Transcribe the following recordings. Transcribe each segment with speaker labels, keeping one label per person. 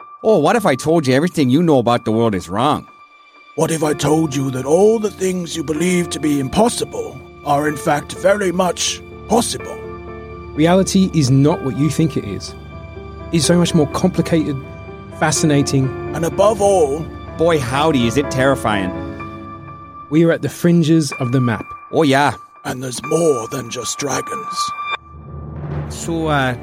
Speaker 1: Or Oh, what if I told you everything you know about the world is wrong?
Speaker 2: What if I told you that all the things you believe to be impossible are in fact very much possible?
Speaker 3: Reality is not what you think it is. It's so much more complicated, fascinating.
Speaker 2: And above all,
Speaker 1: Boy, howdy, is it terrifying.
Speaker 3: We are at the fringes of the map.
Speaker 1: Oh, yeah.
Speaker 2: and there's more than just dragons.
Speaker 4: So, uh,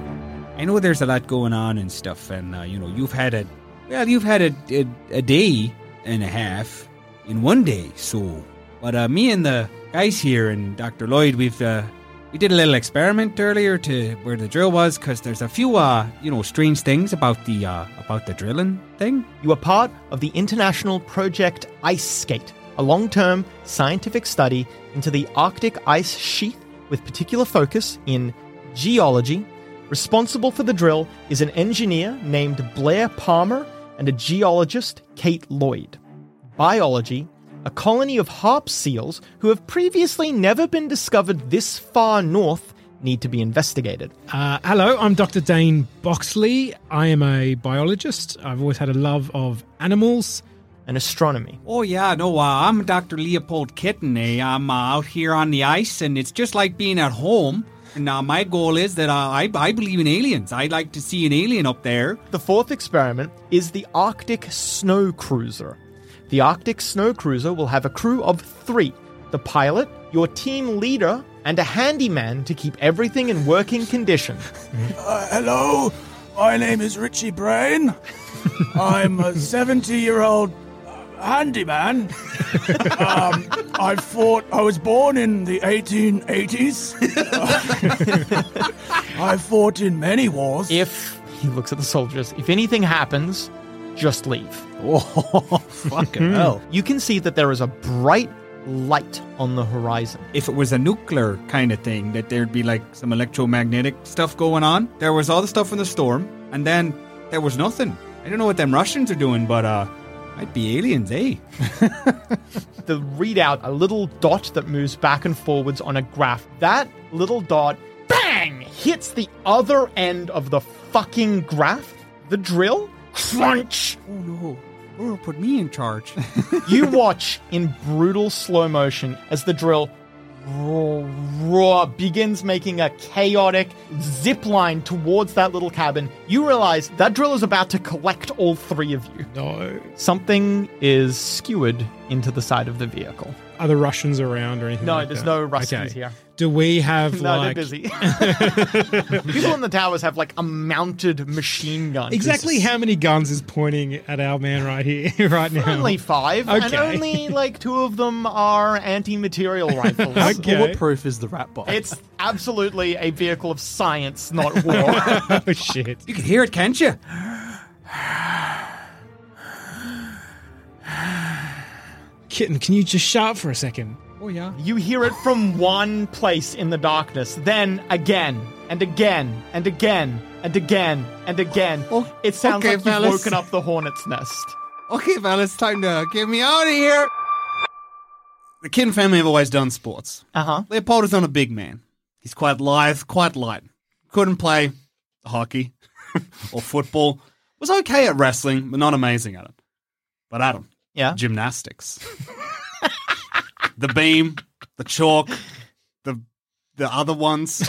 Speaker 4: I know there's a lot going on and stuff, and uh, you know, you've had a well, you've had a, a a day and a half in one day. So, but uh, me and the guys here and Dr. Lloyd, we've uh, we did a little experiment earlier to where the drill was, because there's a few uh, you know, strange things about the uh, about the drilling thing.
Speaker 5: You are part of the international project Ice Skate, a long term scientific study into the Arctic ice sheath with particular focus in geology. Responsible for the drill is an engineer named Blair Palmer and a geologist, Kate Lloyd. Biology, a colony of harp seals who have previously never been discovered this far north, need to be investigated.
Speaker 3: Uh, hello, I'm Dr. Dane Boxley. I am a biologist. I've always had a love of animals.
Speaker 5: And astronomy.
Speaker 4: Oh yeah, no, uh, I'm Dr. Leopold Kitten. Eh? I'm uh, out here on the ice, and it's just like being at home. And uh, my goal is that uh, I I believe in aliens. I'd like to see an alien up there.
Speaker 5: The fourth experiment is the Arctic Snow Cruiser. The Arctic Snow Cruiser will have a crew of three the pilot, your team leader, and a handyman to keep everything in working condition.
Speaker 2: Uh, hello, my name is Richie Brain. I'm a 70 year old handyman. Um, I fought, I was born in the 1880s. I fought in many wars.
Speaker 5: If, he looks at the soldiers, if anything happens, just leave.
Speaker 4: Oh fucking hell!
Speaker 5: You can see that there is a bright light on the horizon.
Speaker 4: If it was a nuclear kind of thing, that there'd be like some electromagnetic stuff going on. There was all the stuff in the storm, and then there was nothing. I don't know what them Russians are doing, but uh, might be aliens, eh?
Speaker 5: the readout a little dot that moves back and forwards on a graph. That little dot, bang, hits the other end of the fucking graph. The drill, crunch.
Speaker 4: Oh no! Oh, put me in charge.
Speaker 5: You watch in brutal slow motion as the drill roar, roar, begins making a chaotic zip line towards that little cabin. You realize that drill is about to collect all three of you.
Speaker 3: No.
Speaker 5: Something is skewered into the side of the vehicle.
Speaker 3: Are the Russians around or anything?
Speaker 5: No,
Speaker 3: like
Speaker 5: there's
Speaker 3: that?
Speaker 5: no Russians
Speaker 3: Okay.
Speaker 5: here.
Speaker 3: Do we have
Speaker 5: No,
Speaker 3: like
Speaker 5: they're busy. People in the towers have like a mounted machine gun.
Speaker 3: exactly how many guns is pointing at our man right here, right now?
Speaker 5: Only five, and
Speaker 3: Okay.
Speaker 5: only like two of them are anti-material rifles.
Speaker 3: Okay.
Speaker 6: Bulletproof is the rat bot.
Speaker 5: It's absolutely a vehicle of science, not war.
Speaker 3: Oh shit!
Speaker 4: you can hear it, can't you?
Speaker 3: Kitten, can you just shut up for a second?
Speaker 4: Oh yeah.
Speaker 5: you hear it from one place in the darkness, then again and again and again and again and again.
Speaker 3: Oh,
Speaker 5: it sounds
Speaker 6: okay,
Speaker 5: like
Speaker 6: fellas.
Speaker 5: you've woken up the hornet's nest.
Speaker 6: Okay, Val, it's time to get me out of here. The Kin family have always done sports.
Speaker 5: Uh huh.
Speaker 6: Leopold is not a big man. He's quite lithe, quite light. Couldn't play hockey or football. Was okay at wrestling, but not amazing at it. But Adam,
Speaker 5: Yeah.
Speaker 6: gymnastics. the beam, the chalk, the the other ones.